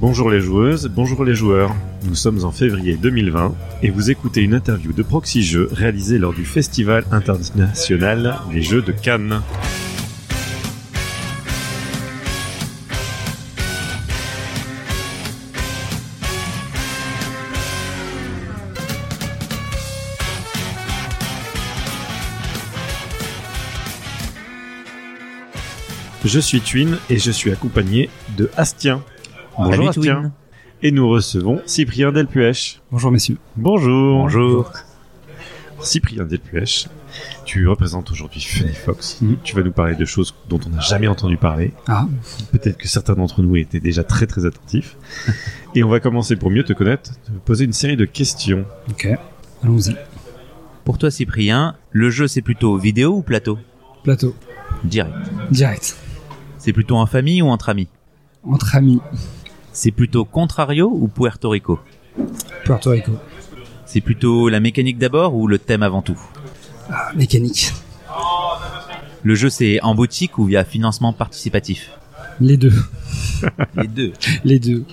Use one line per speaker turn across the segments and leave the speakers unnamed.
Bonjour les joueuses, bonjour les joueurs. Nous sommes en février 2020 et vous écoutez une interview de Proxy Jeux réalisée lors du Festival international des Jeux de Cannes. Je suis Twin et je suis accompagné de Astien. Bonjour
Salut,
Astien.
Twin.
Et nous recevons Cyprien Delpuech.
Bonjour messieurs.
Bonjour. Bonjour. Cyprien Delpuech, tu représentes aujourd'hui Funny Fox.
Mhm.
Tu vas nous parler de choses dont on n'a jamais entendu parler.
Ah.
Peut-être que certains d'entre nous étaient déjà très très attentifs. Et on va commencer pour mieux te connaître, te poser une série de questions.
Ok. Allons-y.
Pour toi, Cyprien, le jeu c'est plutôt vidéo ou plateau
Plateau.
Direct.
Direct.
C'est plutôt en famille ou entre amis
Entre amis.
C'est plutôt Contrario ou Puerto Rico
Puerto Rico.
C'est plutôt la mécanique d'abord ou le thème avant tout
Ah, mécanique.
Le jeu c'est en boutique ou via financement participatif
Les deux.
Les deux.
Les deux.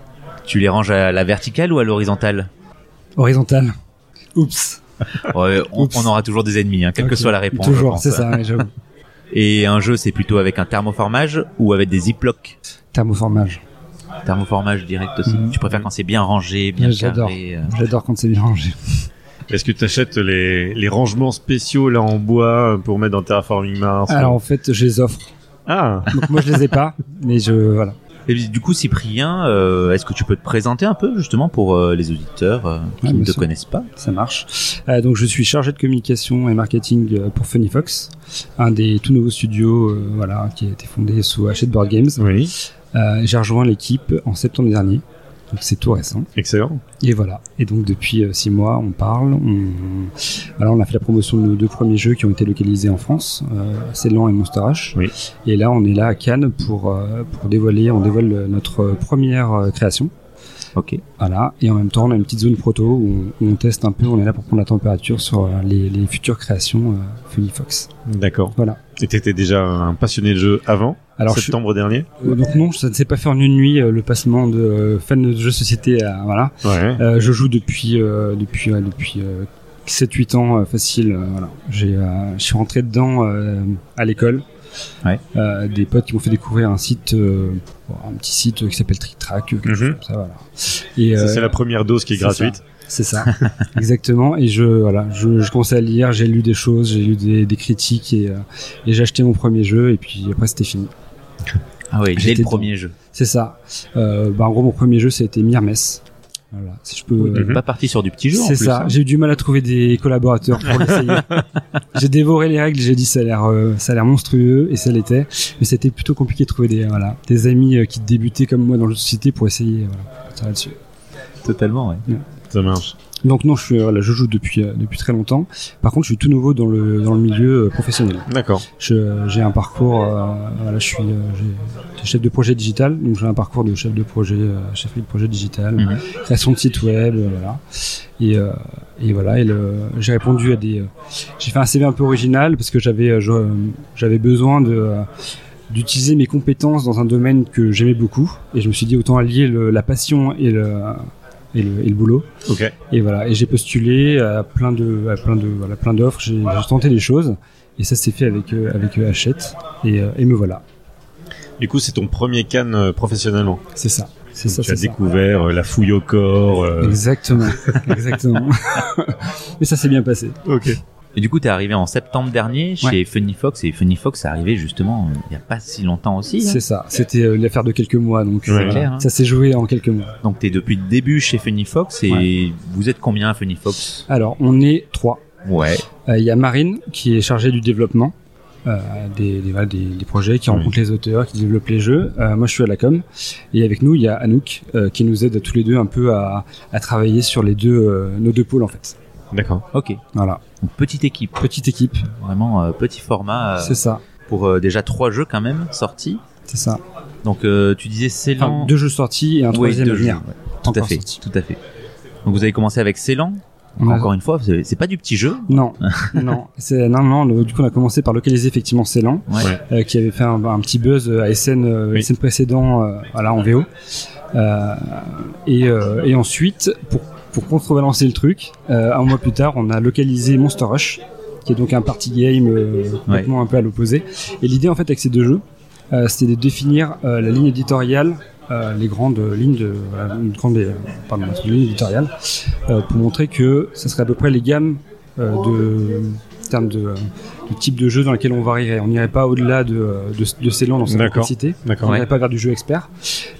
Tu les ranges à la verticale ou à l'horizontale
Horizontal. Oups.
Ouais, on,
Oups.
on aura toujours des ennemis, hein, quelle que
Ok.
soit la réponse. je
Toujours,
pense. hein.
c'est ça, ouais, j'avoue.
Et un jeu c'est plutôt avec un thermoformage ou avec des ziplocs
Thermoformage.
Thermoformage direct aussi.
Mhm.
Tu préfères quand c'est bien rangé, bien
Ouais, j'adore.
carré euh,
J'adore quand c'est bien rangé.
Est-ce que tu achètes les, les rangements spéciaux là en bois pour mettre dans Terraforming Mars
Alors en fait, je les offre.
Ah
Donc moi je les ai pas, mais je voilà.
Et puis, du coup, Cyprien, euh, est-ce que tu peux te présenter un peu justement pour euh, les auditeurs euh, qui
Ouais,
ne
bien
te
sûr.
connaissent pas
ça marche. Euh, donc je suis chargé de communication et marketing euh, pour Funny Fox, un des tout nouveaux studios euh, voilà, qui a été fondé sous Hachette Board Games.
Oui,
Euh, J'ai rejoint l'équipe en septembre dernier, donc c'est tout récent.
excellent.
Et voilà. Et donc depuis euh, six mois, on parle. On... Voilà, on a fait la promotion de nos deux premiers jeux qui ont été localisés en France, euh, Célan et Monster H.
Oui.
Et là, on est là à Cannes pour euh, pour dévoiler, on dévoile euh, notre première euh, création.
Ok.
Voilà. Et en même temps, on a une petite zone proto où on, où on teste un peu. On est là pour prendre la température sur euh, les, les futures créations euh, Funny Fox.
D'accord.
Voilà.
Et t'étais déjà un passionné de jeu avant,
Alors, je suis-
septembre dernier
euh, donc non, ça ne s'est pas fait en une nuit euh, le passement de euh, fan de jeux société à voilà.
Ouais.
Euh, je joue depuis euh, depuis ouais, depuis 7 8 ans euh, facile euh, voilà. J'ai euh, je suis rentré dedans euh, à l'école.
Ouais.
Euh, des potes qui m'ont fait découvrir un site euh, bon, un petit site euh, qui s'appelle Trick Track euh, quelque
Mhm.
chose comme ça voilà. Et
Ça,
euh,
c'est la première dose qui est
c'est
gratuite.
c'est ça. Exactement et je voilà, je je commençais à lire, j'ai lu des choses, j'ai lu des, des critiques et, euh, et j'ai acheté mon premier jeu et puis après c'était fini.
Ah oui, j'ai
J'étais
le premier jeu.
C'est ça. Euh, bah, en gros mon premier jeu ça a été Mirmes. Voilà, si je peux
T'es
Mhm.
Pas parti sur du petit jeu. en
C'est
plus,
ça.
hein.
J'ai eu du mal à trouver des collaborateurs pour l'essayer. j'ai dévoré les règles. J'ai dit ça a l'air, euh, ça a l'air monstrueux et ça l'était. Mais c'était plutôt compliqué de trouver des voilà des amis euh, qui débutaient comme moi dans le jeu de société pour essayer. Voilà, ça là-dessus.
Totalement. Ouais.
Ça marche.
Donc non, je suis euh, voilà, je joue depuis euh, depuis très longtemps. Par contre, je suis tout nouveau dans le dans le milieu euh, professionnel.
D'accord.
Je- j'ai un parcours. euh, voilà, je suis euh, j'ai- j'étais chef de projet digital. Donc j'ai un parcours de chef de projet, euh, chef de projet digital
Mhm.
création de site web, euh, voilà. Et, euh, et voilà, et le- j'ai répondu à des. euh, j'ai fait un CV un peu original parce que j'avais euh, je- euh, j'avais besoin de euh, d'utiliser mes compétences dans un domaine que j'aimais beaucoup et je me suis dit autant allier le- la passion et le, et le et le boulot
Ok.
et voilà et j'ai postulé à plein de à plein de voilà plein d'offres j'ai j'ai tenté des choses et ça s'est fait avec euh, avec euh, Hachette et, euh, et me voilà
Du coup, c'est ton premier Cannes euh, professionnellement.
c'est ça c'est ça
tu as
c'est ça
découvert euh, la fouille au corps. euh,
exactement exactement mais ça s'est bien passé
Ok.
Et du coup, t'es arrivé en septembre dernier chez Funny Fox et Funny Fox est arrivé justement euh, il y a pas si longtemps aussi. hein.
C'est ça, c'était euh, l'affaire de quelques mois, donc
Ouais.
voilà.
Clair, hein.
ça s'est joué en quelques mois.
Donc t'es depuis le début chez Funny Fox et vous êtes combien à Funny Fox
Alors, on est trois.
Ouais.
Euh, Il y a Marine qui est chargée du développement euh, des, des, voilà, des- des projets, qui
Oui.
rencontre les auteurs, qui développe les jeux. Euh, moi, je suis à la com. Et avec nous, il y a Anouk euh, qui nous aide tous les deux un peu à, à travailler sur les deux, euh, nos deux pôles en fait.
D'accord.
Ok.
Voilà,
Donc, petite équipe,
petite équipe,
vraiment euh, petit format euh,
c'est ça,
pour euh, déjà trois jeux quand même sortis.
c'est ça.
Donc euh, tu disais c'est
Enfin,
lent.
deux jeux sortis et un
Ouais,
troisième
deux
à
jeux,
venir.
ouais. Tout à
Encore
fait,
sorti.
tout à fait. Donc vous avez commencé avec Ceylan,
On a-
Encore une fois, c'est c'est pas du petit jeu.
Non, non, c'est non, non. le- du coup, on a commencé par localiser effectivement Ceylan,
Ouais.
Ouais.
euh, qui avait fait un, un petit buzz euh, à SN, euh,
Oui.
SN précédent, euh, voilà, en VO. Euh, et, euh, et ensuite, pour pour contrebalancer le truc, euh, un mois plus tard, on a localisé Monster Rush, qui est donc un party game euh, complètement un peu à l'opposé. Et l'idée en fait avec ces deux jeux, euh, c'était de définir euh, la ligne éditoriale, euh, les grandes lignes de, voilà, une grande, euh, pardon, notre ligne éditoriale, euh, pour montrer que ça serait à peu près les gammes euh, de en termes de, euh, de type de jeu dans lequel on varierait. On n'irait pas au-delà de, euh, de, de ces langues dans sa
D'accord.
complexité.
D'accord.
On n'irait pas vers du jeu expert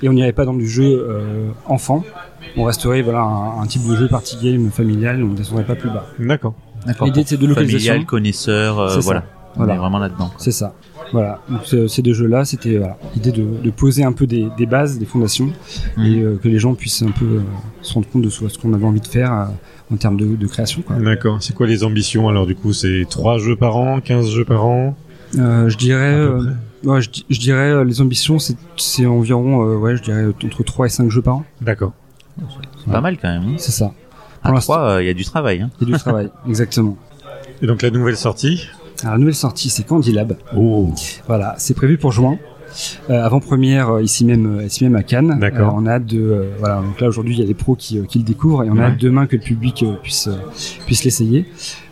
et on n'irait pas dans du jeu euh, enfant. On resterait voilà un, un type de jeu party game familial. On ne descendrait pas plus bas.
D'accord.
D'accord.
L'idée, c'est de localisation.
Familial, connaisseur, euh,
C'est ça.
voilà.
Voilà.
On est vraiment là-dedans. quoi.
C'est ça. Voilà. Donc, ce- ces deux jeux-là, c'était voilà, l'idée de, de poser un peu des, des bases, des fondations,
Mhm.
et euh, que les gens puissent un peu euh, se rendre compte de ce, ce qu'on avait envie de faire euh, en termes de, de création. Quoi.
D'accord. C'est quoi les ambitions alors du coup C'est 3 jeux par an, 15 jeux par an
Euh, je dirais,
à peu
euh,
près
ouais, je, di- je dirais euh, les ambitions, c'est- c'est environ, euh, ouais, je dirais entre 3 et 5 jeux par an.
D'accord.
C'est pas mal quand même. hein.
C'est ça.
À
Pour l'instant-
trois, euh, il y a du travail. hein.
Et du travail, exactement.
Et donc la nouvelle sortie
Alors, la nouvelle sortie, c'est Candy Lab.
Oh
Voilà, c'est prévu pour juin. Euh, avant-première euh, ici même euh, ici même à Cannes.
D'accord.
Euh, on a hâte de euh, voilà donc là aujourd'hui il y a les pros qui, euh, qui le découvrent et on a
Ouais.
hâte demain que le public euh, puisse euh, puisse l'essayer.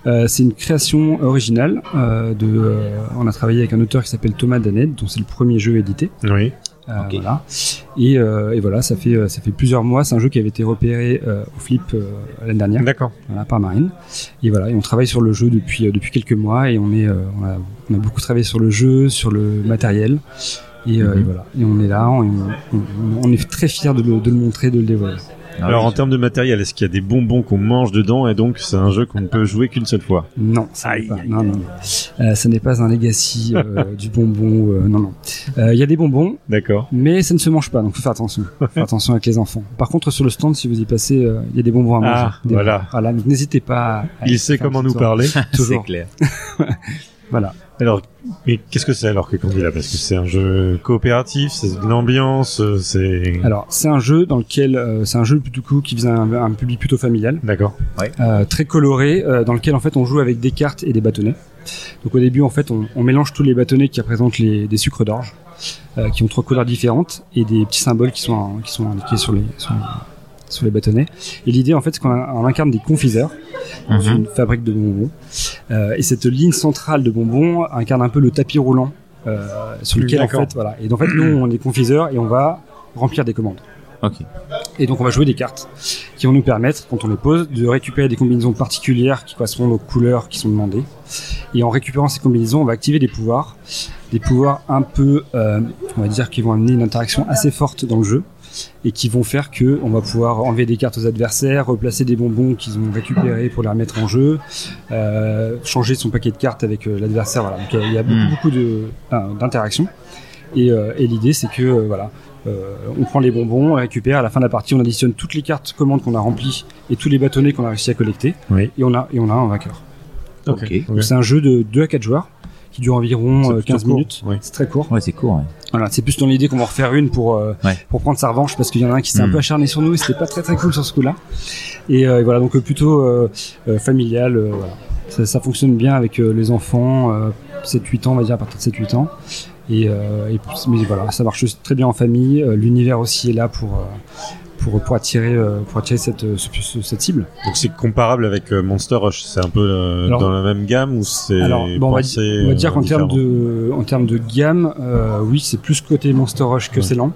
Euh, c'est une création originale euh, de euh, on a travaillé avec un auteur qui s'appelle Thomas Danet dont c'est le premier jeu édité.
Oui.
Euh,
Ok.
voilà. Et, euh, et voilà ça fait euh, ça fait plusieurs mois c'est un jeu qui avait été repéré euh, au flip euh, l'année dernière
D'accord.
voilà, par Marine. Et voilà, et on travaille sur le jeu depuis, euh, depuis quelques mois et on, est, euh, on, a, on a beaucoup travaillé sur le jeu, sur le matériel. Et, euh,
Mhm.
et voilà, et on est là, on, on- on est très fiers de le, de le montrer, de le dévoiler.
Ah
Alors
oui.
en termes de matériel, est-ce qu'il y a des bonbons qu'on mange dedans et donc c'est un jeu qu'on ne peut jouer qu'une seule fois
Non, ça n'est
Aïe,
pas,
aïe,
non, non, non. Euh, ça n'est pas un legacy euh, du bonbon. euh, non, non. Euh, Il y a des bonbons,
D'accord.
mais ça ne se mange pas, donc faut faire attention. Faut faire attention avec les enfants. Par contre, sur le stand, si vous y passez, euh, il y a des bonbons à manger.
Ah,
Des-
voilà.
Voilà, donc n'hésitez pas. à- à
Il
aller
sait
faire Ah, un
comment
petit
nous
tour.
parler.
c'est
Toujours.
clair.
Voilà.
Alors, mais qu'est-ce que c'est alors que Candy Lab Parce que c'est un jeu coopératif, c'est de l'ambiance, euh, c'est...
Alors, c'est un jeu dans lequel euh, c'est un jeu du coup qui vise un, un public plutôt familial,
D'accord.
euh, très coloré, euh, dans lequel en fait on joue avec des cartes et des bâtonnets. Donc au début en fait on, on mélange tous les bâtonnets qui représentent les, des sucres d'orge, euh, qui ont trois couleurs différentes et des petits symboles qui sont en- qui sont indiqués sur les sur, les- sur les bâtonnets. Et l'idée en fait c'est qu'on a- on incarne des confiseurs, dans
Mhm.
une fabrique de bonbons. Euh, et cette ligne centrale de bonbons incarne un peu le tapis roulant euh, sur lequel en
D'accord.
fait voilà. Et en fait nous on est confiseurs et on va remplir des commandes.
Ok.
Et donc on va jouer des cartes qui vont nous permettre, quand on les pose, de récupérer des combinaisons particulières qui correspondent aux couleurs qui sont demandées. Et en récupérant ces combinaisons, on va activer des pouvoirs, des pouvoirs un peu, euh, on va dire, qui vont amener une interaction assez forte dans le jeu et qui vont faire que on va pouvoir enlever des cartes aux adversaires, replacer des bonbons qu'ils ont récupérés pour les remettre en jeu, euh, changer son paquet de cartes avec euh, l'adversaire. Voilà. Donc euh, il y a beaucoup,
Hmm.
Mm.
beaucoup de- euh, d'interactions. Et, euh, et l'idée, c'est que euh, voilà, euh, on prend les bonbons, on les récupère. À la fin de la partie, on additionne toutes les cartes commandes qu'on a remplies et tous les bâtonnets qu'on a réussi à collecter.
Oui.
Et on a et on a un vainqueur.
Ok.
Donc, C'est un jeu de 2 à 4 joueurs qui dure
C'est
environ euh,
plutôt
15
court,
minutes.
oui.
C'est très court.
Ouais, c'est court. ouais.
Voilà, c'est plus dans l'idée qu'on va en refaire une pour euh,
Ouais.
pour prendre sa revanche parce qu'il y en a un qui s'est un
Mm.
peu acharné sur nous et c'était pas très très cool sur ce coup-là. Et, euh, et voilà, donc euh, plutôt euh, euh, familial. euh, voilà. ça, ça fonctionne bien avec euh, les enfants, euh, 7-8 ans, on va dire à partir de 7-8 ans. Et, euh, et puis- mais voilà, ça marche très bien en famille. euh, L'univers aussi est là pour euh, pour pour attirer euh, pour attirer cette euh, ce- ce- cette cible.
Donc c'est comparable avec euh, Monster Rush, c'est un peu euh,
Alors-
dans la même gamme ou c'est
Alors, bon, on va,
pensé,
di- on va
euh,
dire qu'en termes
différemment
de, en termes de gamme, euh, oui, c'est plus côté Monster Rush que
Ouais.
c'est lent.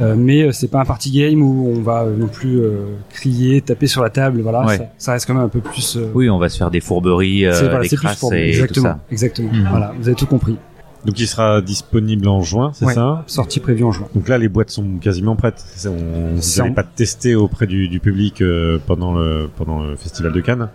Euh, mais euh, c'est pas un party game où on va euh, non plus euh, crier, taper sur la table. Voilà,
Ouais.
ça, ça reste quand même un peu plus. euh,
Oui, on va se faire des fourberies, euh,
c'est voilà,
des
c'est plus
crasses
pour
et
exactement,
tout
exactement.
Mhm.
Voilà, vous avez tout compris.
Donc il sera disponible en juin, c'est
Ouais.
ça
Sortie prévue en juin.
donc là, les boîtes sont quasiment prêtes. C'est- On, vous
C'est
n'allez
en-
pas tester auprès du, du public euh, pendant le pendant le festival de Cannes.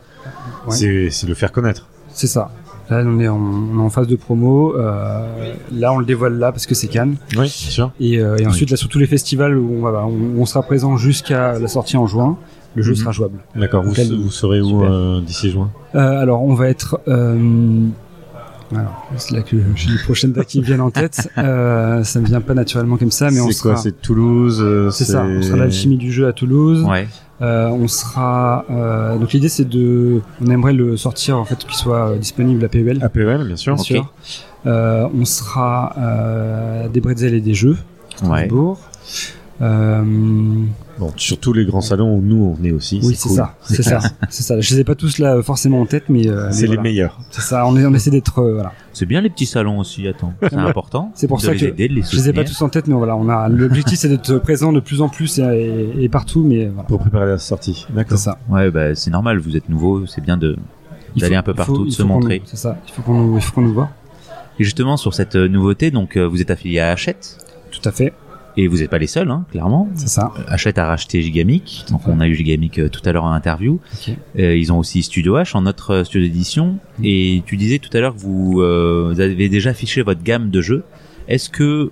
Ouais.
C'est c'est le faire connaître.
C'est ça. Là, on est en, on est en phase de promo. Euh, là, on le dévoile là parce que c'est Cannes.
Oui, sûr.
Et, euh, et ensuite, là, sur tous les festivals où on, va, où on sera présent jusqu'à la sortie en juin, le jeu
Mhm.
sera jouable.
D'accord. Vous,
Quel-
vous serez où
Super.
euh, d'ici juin
Euh, alors, on va être. Euh... Alors, c'est là que j'ai les prochaines dates qui me viennent en tête. Euh, ça me vient pas naturellement comme ça, Ah, mais on
C'est quoi
sera.
C'est Toulouse. euh,
C'est ça. On sera à l'alchimie du jeu à Toulouse.
ça. Ouais.
Euh, on sera euh, donc l'idée c'est de, on aimerait le sortir en fait qu'il soit euh, disponible à PEL.
APEL, E bien sûr.
Bien sûr. Euh, on sera euh, des bretzels et des jeux.
Ouais.
Strasbourg. Euh,
Bon, sur tous les grands salons où nous on est aussi.
oui, c'est
cool.
ça, c'est ça, c'est ça. Je les ai pas tous là euh, forcément en tête, mais euh, mais
C'est les
voilà.
meilleurs.
C'est ça. On, est- on essaie d'être euh, voilà.
C'est bien les petits salons aussi, attends. C'est important.
C'est pour
de
ça
les
que
aider, de les
Je les ai pas
soutenir.
tous en tête, mais voilà, on a l'objectif c'est d'être présent de plus en plus et, et partout, mais voilà.
Pour préparer la sortie.
C'est
D'accord.
ça.
Ouais, bah, c'est normal, vous êtes nouveau, c'est bien de,
Il
d'aller
faut-
un peu
il
partout,
faut-
de
il
se
faut qu'on
montrer.
nous- C'est ça. Il faut qu'on nous, il faut qu'on nous voit.
Et justement, sur cette euh, nouveauté, donc, euh, vous êtes affilié à Hachette.
Tout à fait.
Et vous n'êtes pas les seuls, hein, clairement.
C'est ça.
Euh, Hachette a racheté Gigamic. Donc, on a eu Gigamic euh, tout à l'heure en interview.
Ok.
Euh, ils ont aussi Studio H en notre euh, studio d'édition. Et tu disais tout à l'heure que vous, euh, vous avez déjà affiché votre gamme de jeux. Est-ce que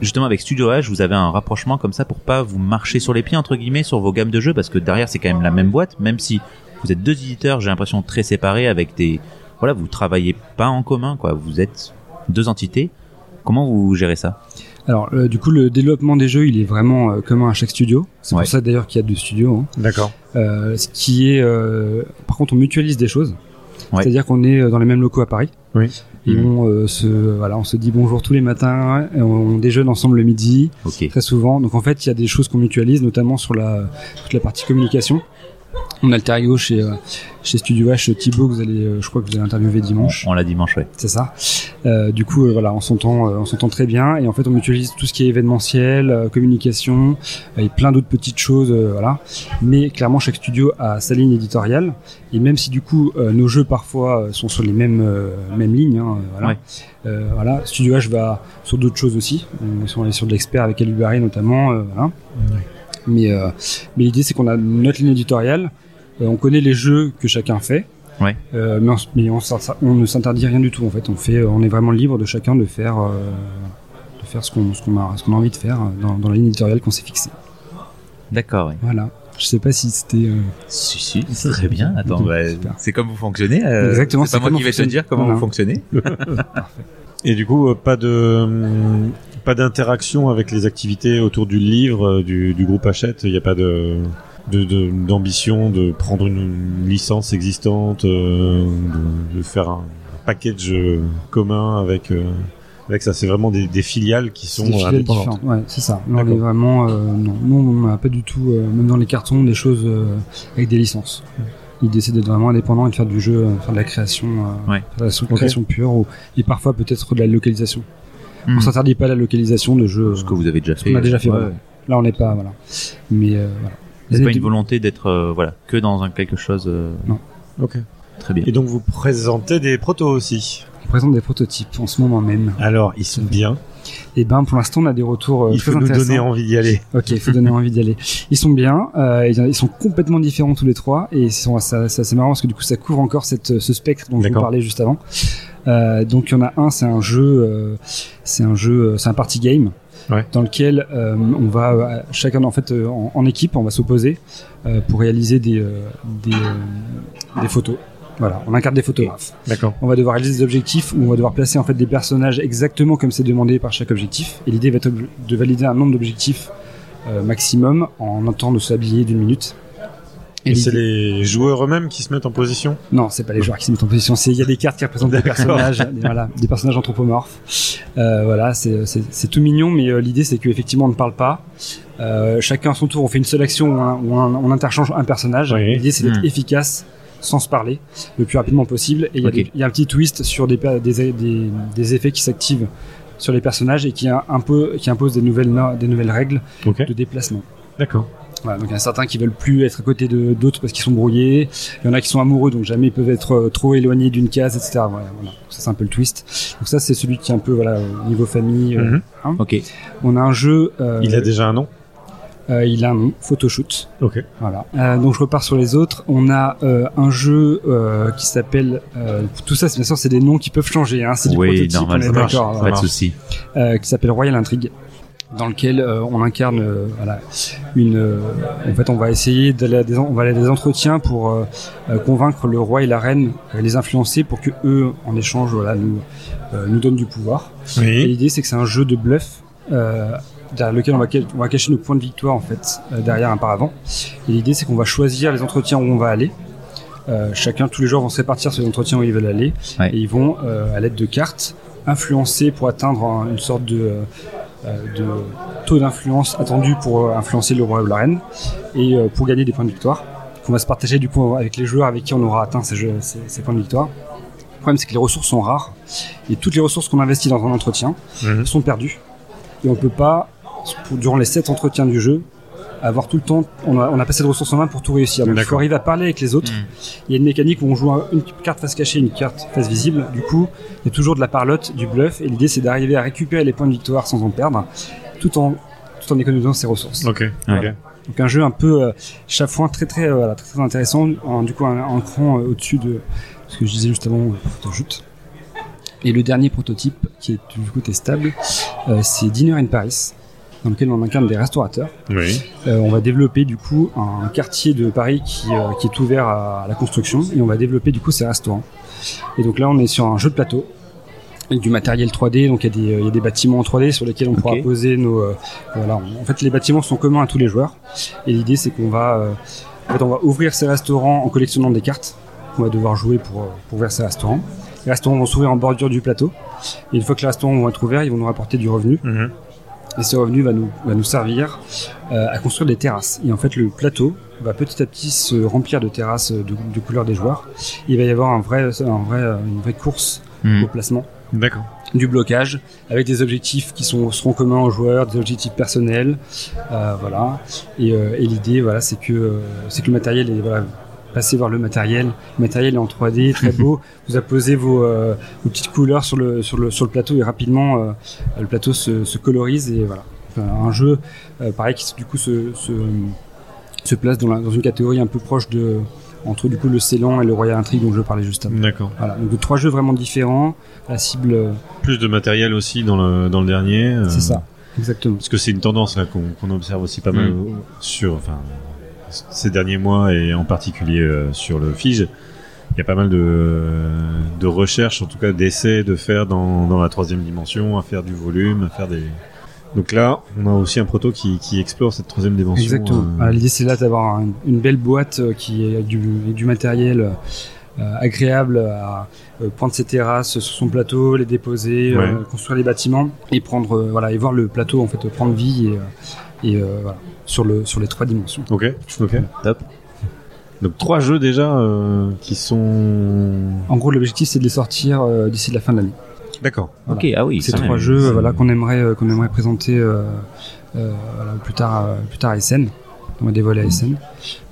justement avec Studio H, vous avez un rapprochement comme ça pour pas vous marcher sur les pieds entre guillemets sur vos gammes de jeux parce que derrière c'est quand même la même boîte, même si vous êtes deux éditeurs, j'ai l'impression très séparés avec des voilà, vous travaillez pas en commun quoi. Vous êtes deux entités. Comment vous gérez ça
Alors, euh, du coup, le développement des jeux, il est vraiment euh, commun à chaque studio. C'est
Ouais.
pour ça d'ailleurs qu'il y a deux studios. hein.
D'accord.
Euh, ce qui est, euh, par contre, on mutualise des choses.
Ouais.
C'est-à-dire qu'on est euh, dans les mêmes locaux à Paris.
Oui.
Et
Mhm.
on, euh, se, voilà, on se dit bonjour tous les matins, et on déjeune ensemble le midi,
Ok.
très souvent. Donc en fait, il y a des choses qu'on mutualise, notamment sur la, toute la partie communication. On a le alter ego chez, euh, chez Studio H, Thibaut, que vous allez, euh, je crois que vous allez interviewer dimanche.
On l'a dimanche, ouais.
C'est ça. Euh, du coup, euh, voilà, on s'entend, euh, on s'entend très bien, et en fait, on mutualise tout ce qui est événementiel, euh, communication, euh, et plein d'autres petites choses, euh, voilà. Mais clairement, chaque studio a sa ligne éditoriale, et même si du coup, euh, nos jeux parfois euh, sont sur les mêmes euh, mêmes lignes, hein, euh, voilà.
Ouais.
Euh, voilà, Studio H va sur d'autres choses aussi. On est sur, on est sur de l'expert avec Ali Barré notamment, euh, voilà. Mais euh, mais l'idée, c'est qu'on a notre ligne éditoriale. Euh, on connaît les jeux que chacun fait. Euh, mais on, s- mais on, s'in- on ne s'interdit rien du tout en fait. On fait, euh, on est vraiment libre de chacun de faire, euh, de faire ce qu'on ce qu'on a, ce qu'on a envie de faire euh, dans, dans la ligne éditoriale qu'on s'est fixée.
D'accord. ouais.
Voilà. Je sais pas si c'était euh,
Si si, c'est très bien. Attends, bah,
Super.
c'est comme vous fonctionnez. euh,
Exactement,
C'est
c'est
pas moi
comme
qui
on
vais te
fonctionne.
dire comment
Voilà.
vous fonctionnez.
Et du coup, euh, pas de hum, pas d'interaction avec les activités autour du livre euh, du, du groupe Hachette. Il n'y a pas de de- de- d'ambition de, prendre une, une licence existante, euh, de, de faire un package euh, commun avec euh, avec ça. C'est vraiment des, des filiales qui sont
des filiales
indépendantes.
différentes. Ouais, c'est ça. Là, on
D'accord.
est vraiment, euh, non, nous on n'a pas du tout, euh, même dans les cartons, des choses euh, avec des licences. L'idée c'est d'être vraiment indépendant et de faire du jeu, euh, faire de la création, euh,
Ouais.
faire de la création pure, ou, et parfois peut-être de la localisation.
Hmm.
On s'interdit pas à la localisation de jeux.
Ce que vous avez déjà fait.
Bah, qu'on a déjà fait,
Ouais.
voilà. Là on n'est pas, voilà. Mais euh, voilà.
C'est pas
Les-
une volonté d'être euh, voilà que dans un quelque chose. euh,
Ok.
Très bien.
Et donc vous présentez des protos aussi.
On présente des prototypes en ce moment même.
Alors ils sont bien.
Et ben pour l'instant on a des retours euh,
Il
très
faut nous
intéressants.
donner envie d'y aller.
Ok, il faut donner envie d'y aller. Ils sont bien, euh, ils ils sont complètement différents tous les trois et ils sont- ça- ça- c'est marrant parce que du coup ça couvre encore cette, euh, ce spectre dont je vous
D'accord.
parlais juste avant. Euh, donc il y en a un, c'est un jeu, euh, c'est un jeu, euh, c'est un party game
Ouais.
dans lequel euh, on va euh, chacun en fait euh, en, en équipe, on va s'opposer euh, pour réaliser des euh, des, euh, des photos. Voilà, on incarne des photographes.
D'accord.
On va devoir réaliser des objectifs où on va devoir placer en fait des personnages exactement comme c'est demandé par chaque objectif. Et l'idée va être ob- de valider un nombre d'objectifs euh, maximum en un temps de s'habiller d'une minute.
Et c'est
l'idée-
les joueurs eux-mêmes qui se mettent en position.
Non, c'est pas les joueurs qui se mettent en position. C'est il y a des cartes qui représentent des personnages, des, voilà, des personnages anthropomorphes. Euh, voilà, c'est- c'est c'est tout mignon, mais euh, l'idée c'est qu'effectivement on ne parle pas. Euh, chacun à son tour, on fait une seule action ou un- ou un- on interchange un personnage.
Oui.
L'idée c'est d'être
Hmm.
efficace sans se parler le plus rapidement possible. Et il y a
Ok.
des- il y, a un petit twist sur des, pa- des, des, des effets qui s'activent sur les personnages et qui, a un peu, qui imposent des nouvelles, no- des nouvelles règles
Ok.
de déplacement.
D'accord.
Voilà, donc il y en a certains qui veulent plus être à côté de d'autres parce qu'ils sont brouillés. Il y en a qui sont amoureux, donc jamais ils peuvent être euh, trop éloignés d'une case, etc. Voilà, voilà. Ça c'est un peu le twist. Donc ça c'est celui qui est un peu voilà au niveau famille. euh.
Mhm.
Ok.
On a un jeu. euh,
Il a déjà un nom.
euh, il a un nom, photoshoot.
Ok.
Voilà. Euh, donc je repars sur les autres. On a euh, un jeu euh, qui s'appelle. euh, tout ça, c'est bien sûr, c'est des noms qui peuvent changer. Hein, c'est du
Oui,
prototype.
normal.
on est
ça marche,
d'accord,
Pas
voilà
de souci.
euh, qui s'appelle Royal Intrigue dans lequel euh, on incarne euh, voilà, une euh, en fait on va essayer d'aller à des, on va aller à des entretiens pour euh, euh, convaincre le roi et la reine euh, les influencer pour que eux en échange voilà, nous, euh, nous donnent du pouvoir et
Oui.
l'idée c'est que c'est un jeu de bluff euh, derrière lequel on va, ca- on va cacher nos points de victoire en fait euh, derrière un paravent. Et l'idée c'est qu'on va choisir les entretiens où on va aller. Euh, chacun, tous les joueurs vont se répartir sur les entretiens où ils veulent aller
Ouais.
et ils vont euh, à l'aide de cartes influencer pour atteindre un- une sorte de, euh, euh, de taux d'influence attendu pour euh, influencer le roi ou la reine et euh, pour gagner des points de victoire qu'on va se partager du coup avec les joueurs avec qui on aura atteint ces, jeux- ces- ces points de victoire. Le problème c'est que les ressources sont rares et toutes les ressources qu'on investit dans un entretien
Mhm.
sont perdues. Et on peut pas, pour- durant les 7 entretiens du jeu, avoir tout le temps. On a, on a pas assez de ressources en main pour tout réussir. Donc il faut
D'accord.
arriver à parler avec les autres.
Mhm.
Il y a une mécanique où on joue un- une carte face cachée, une carte face visible. Du coup, il y a toujours de la parlotte, du bluff. Et l'idée c'est d'arriver à récupérer les points de victoire sans en perdre, tout en, tout en économisant ses ressources.
Ok.
Ouais.
ok.
Donc un jeu un peu euh, chafouin, très très, euh, voilà, très, très intéressant, en, du coup un, un cran euh, au-dessus de ce que je disais juste avant, euh, t'ajoutes. Et le dernier prototype qui est du coup testable, euh, c'est Dinner in Paris, dans lequel on incarne des restaurateurs.
Oui.
Euh, on va développer du coup un quartier de Paris qui, euh, qui est ouvert à, la construction et on va développer du coup ces restaurants. Et donc là on est sur un jeu de plateau avec du matériel 3D, donc il y, a des, euh, il y a des bâtiments en 3D sur lesquels on pourra
Ok.
poser nos... euh, voilà, en fait les bâtiments sont communs à tous les joueurs et l'idée c'est qu'on va, euh, en fait, on va ouvrir ces restaurants en collectionnant des cartes qu'on va devoir jouer pour, euh, pour ouvrir ces restaurants. Les restaurants vont s'ouvrir en bordure du plateau et une fois que les restaurants vont être ouverts ils vont nous rapporter du revenu
Mhm.
et ce revenu va nous, va nous servir euh, à construire des terrasses. Et en fait, le plateau va petit à petit se remplir de terrasses euh, de, de couleurs des joueurs. Il va y avoir un vrai, un vrai, euh, une vraie course au
Mhm.
placement
D'accord.
du blocage, avec des objectifs qui sont, seront communs aux joueurs, des objectifs personnels, euh, voilà. Et, euh, et l'idée, voilà, c'est que euh, c'est que le matériel est voilà, passez voir le matériel. Le matériel est en 3D, très beau. Vous apposez vos, euh, vos petites couleurs sur le sur le sur le plateau et rapidement euh, le plateau se, se colorise et voilà. Enfin, un jeu euh, pareil qui du coup se se, se place dans, la- dans une catégorie un peu proche de entre du coup le Ceylan et le Royal Intrigue dont je parlais juste avant.
D'accord.
Voilà, donc trois jeux vraiment différents, la cible euh,
Plus de matériel aussi dans le, dans le dernier. euh,
c'est ça, exactement.
Parce que c'est une tendance là, qu'on qu'on observe aussi pas mal
Mm.
euh, sur enfin, ces derniers mois et en particulier euh, sur le Fige. Il y a pas mal de, de recherches, en tout cas d'essais de faire dans, dans la troisième dimension, à faire du volume, à faire des... Donc là, on a aussi un proto qui, qui explore cette troisième dimension.
Exactement.
euh,
Alors, L'idée c'est là d'avoir un- une belle boîte euh, qui est avec du, avec du matériel euh, agréable à euh, prendre ses terrasses sur son plateau, les déposer, euh, construire les bâtiments et prendre euh, voilà et voir le plateau en fait euh, prendre vie et, euh, et, euh, voilà, sur le sur les trois dimensions.
Ok, ok.
Top.
Donc trois jeux déjà euh, qui sont...
En gros l'objectif c'est de les sortir euh, d'ici la fin de l'année.
D'accord.
Voilà.
Ok, ah oui.
Ces
quand même.
trois jeux
c'est-
euh, voilà qu'on aimerait euh, qu'on aimerait présenter euh, euh, voilà, plus tard euh, plus tard à SN. On va dévoiler à SN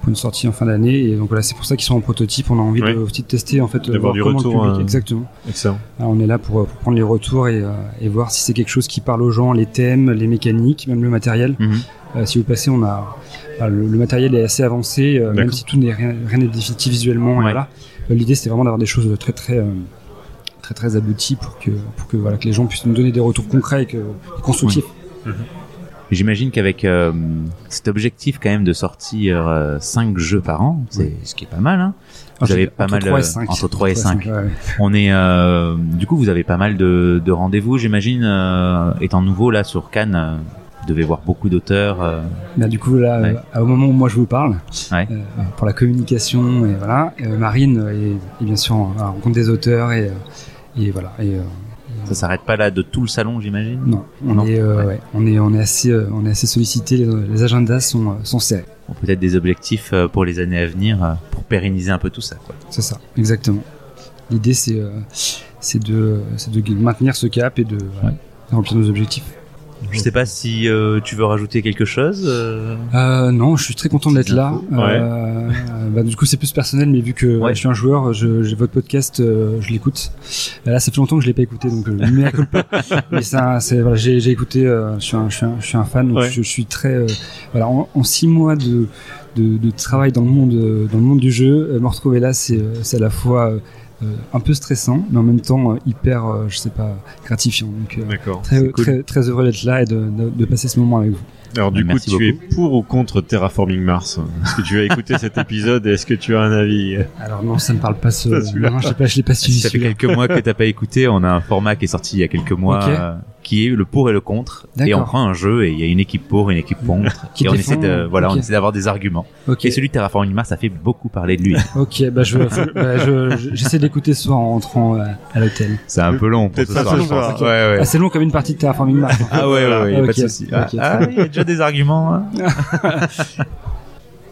pour une sortie en fin d'année et donc voilà c'est pour ça qu'ils sont en prototype. On a envie
Ouais.
de aussi de tester en fait euh,
D'avoir
voir
du
comment le
retour,
public-
hein.
exactement.
Excellent.
Alors, on est là pour, euh, pour prendre les retours et, euh, et voir si c'est quelque chose qui parle aux gens, les thèmes, les mécaniques, même le matériel.
Mhm.
Euh, si vous passez, on a enfin, le, le matériel est assez avancé, euh, même
D'accord.
si tout n'est rien rien n'est définitif visuellement. et
Ouais.
voilà. Euh, L'idée, c'était vraiment d'avoir des choses très très euh, très très abouties pour que pour que voilà que les gens puissent nous donner des retours concrets et, que, et constructifs.
J'imagine qu'avec euh, cet objectif quand même de sortir 5 jeux par an, c'est ce qui est pas mal. Hein. Vous
Entre-
avez pas
entre
mal,
3 et
euh,
5.
entre 3 et 5.
ouais, ouais.
On est, euh, du coup, vous avez pas mal de, de rendez-vous, j'imagine. euh, étant nouveau là sur Cannes, euh, vous devez voir beaucoup d'auteurs. euh,
Bah, du coup, là,
Ouais.
euh, au moment où moi je vous parle,
Ouais.
euh, pour la communication, et voilà, euh, Marine euh, est, est bien sûr en voilà, rencontre des auteurs et, euh, et voilà. Et, euh,
Ça s'arrête pas là de tout le salon, j'imagine.
non, on
Non.
est, euh,
Ouais.
ouais, on est, on est assez, euh, on est assez sollicité. Les, les agendas sont, euh, sont serrés.
Bon, Peut-être des objectifs euh, pour les années à venir, euh, pour pérenniser un peu tout ça. Quoi.
C'est ça, exactement. L'idée, c'est, euh, c'est de, c'est de maintenir ce cap et de, voilà, de remplir nos objectifs.
Je sais pas si euh, tu veux rajouter quelque chose. euh,
Euh, non, je suis très content d'être
Petites
là.
infos.
Euh, bah, du coup, c'est plus personnel, mais vu que
Ouais.
je suis un joueur, je, j'ai votre podcast, euh, je l'écoute. Euh, Là, ça fait longtemps que je l'ai pas écouté, donc euh, mea culpa. mais ça, c'est voilà, j'ai, j'ai écouté. euh, je, suis un, je, suis un, je suis un fan, donc
Ouais.
je, je suis très. euh, voilà, en, en six mois de, de, de travail dans le monde, euh, dans le monde du jeu, euh, me retrouver là, c'est, euh, c'est à la fois euh, euh, un peu stressant, mais en même temps euh, hyper, euh, je sais pas, gratifiant. Donc, euh,
D'accord.
très,
C'est cool.
très, très heureux d'être là et de, de, de passer ce moment avec vous.
Alors du
Merci
coup, tu es pour ou contre Terraforming Mars Est-ce que tu as écouté cet épisode et est-ce que tu as un avis
Alors non, ça ne parle pas ce.
Ça, celui-là.
non, je sais pas, je l'ai pas suivi.
Ah, ça fait
celui-là.
quelques mois que t'as pas écouté. On a un format qui est sorti il y a quelques mois
Ok.
euh, qui est le pour et le contre. Et
D'accord.
on prend un jeu et il y a une équipe pour, une équipe contre.
Qui
et on
défend,
essaie de, voilà,
ok.
on essaie d'avoir des arguments.
Ok,
Et celui de Terraforming Mars, ça fait beaucoup parler de lui.
ok, bah je, bah, je- je- j'essaie d'écouter ce soir en rentrant euh, à l'hôtel.
C'est un peu long pour
Peut-être
ce
pas
soir,
ce
je
soir,
pense.
ok.
Ouais, ouais.
Ah, c'est long comme une partie de Terraforming Mars. hein. en fait.
Ah ouais, ouais, ouais, y a
Ok,
pas de souci. Ah,
ok.
ah, il y a déjà des arguments. hein.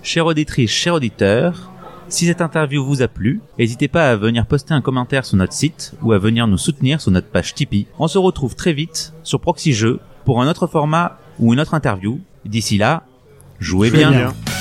chère auditrice, cher auditeur, si cette interview vous a plu, n'hésitez pas à venir poster un commentaire sur notre site ou à venir nous soutenir sur notre page Tipeee. On se retrouve très vite sur Proxy Jeux pour un autre format ou une autre interview. D'ici là, jouez
Très
bien.
bien.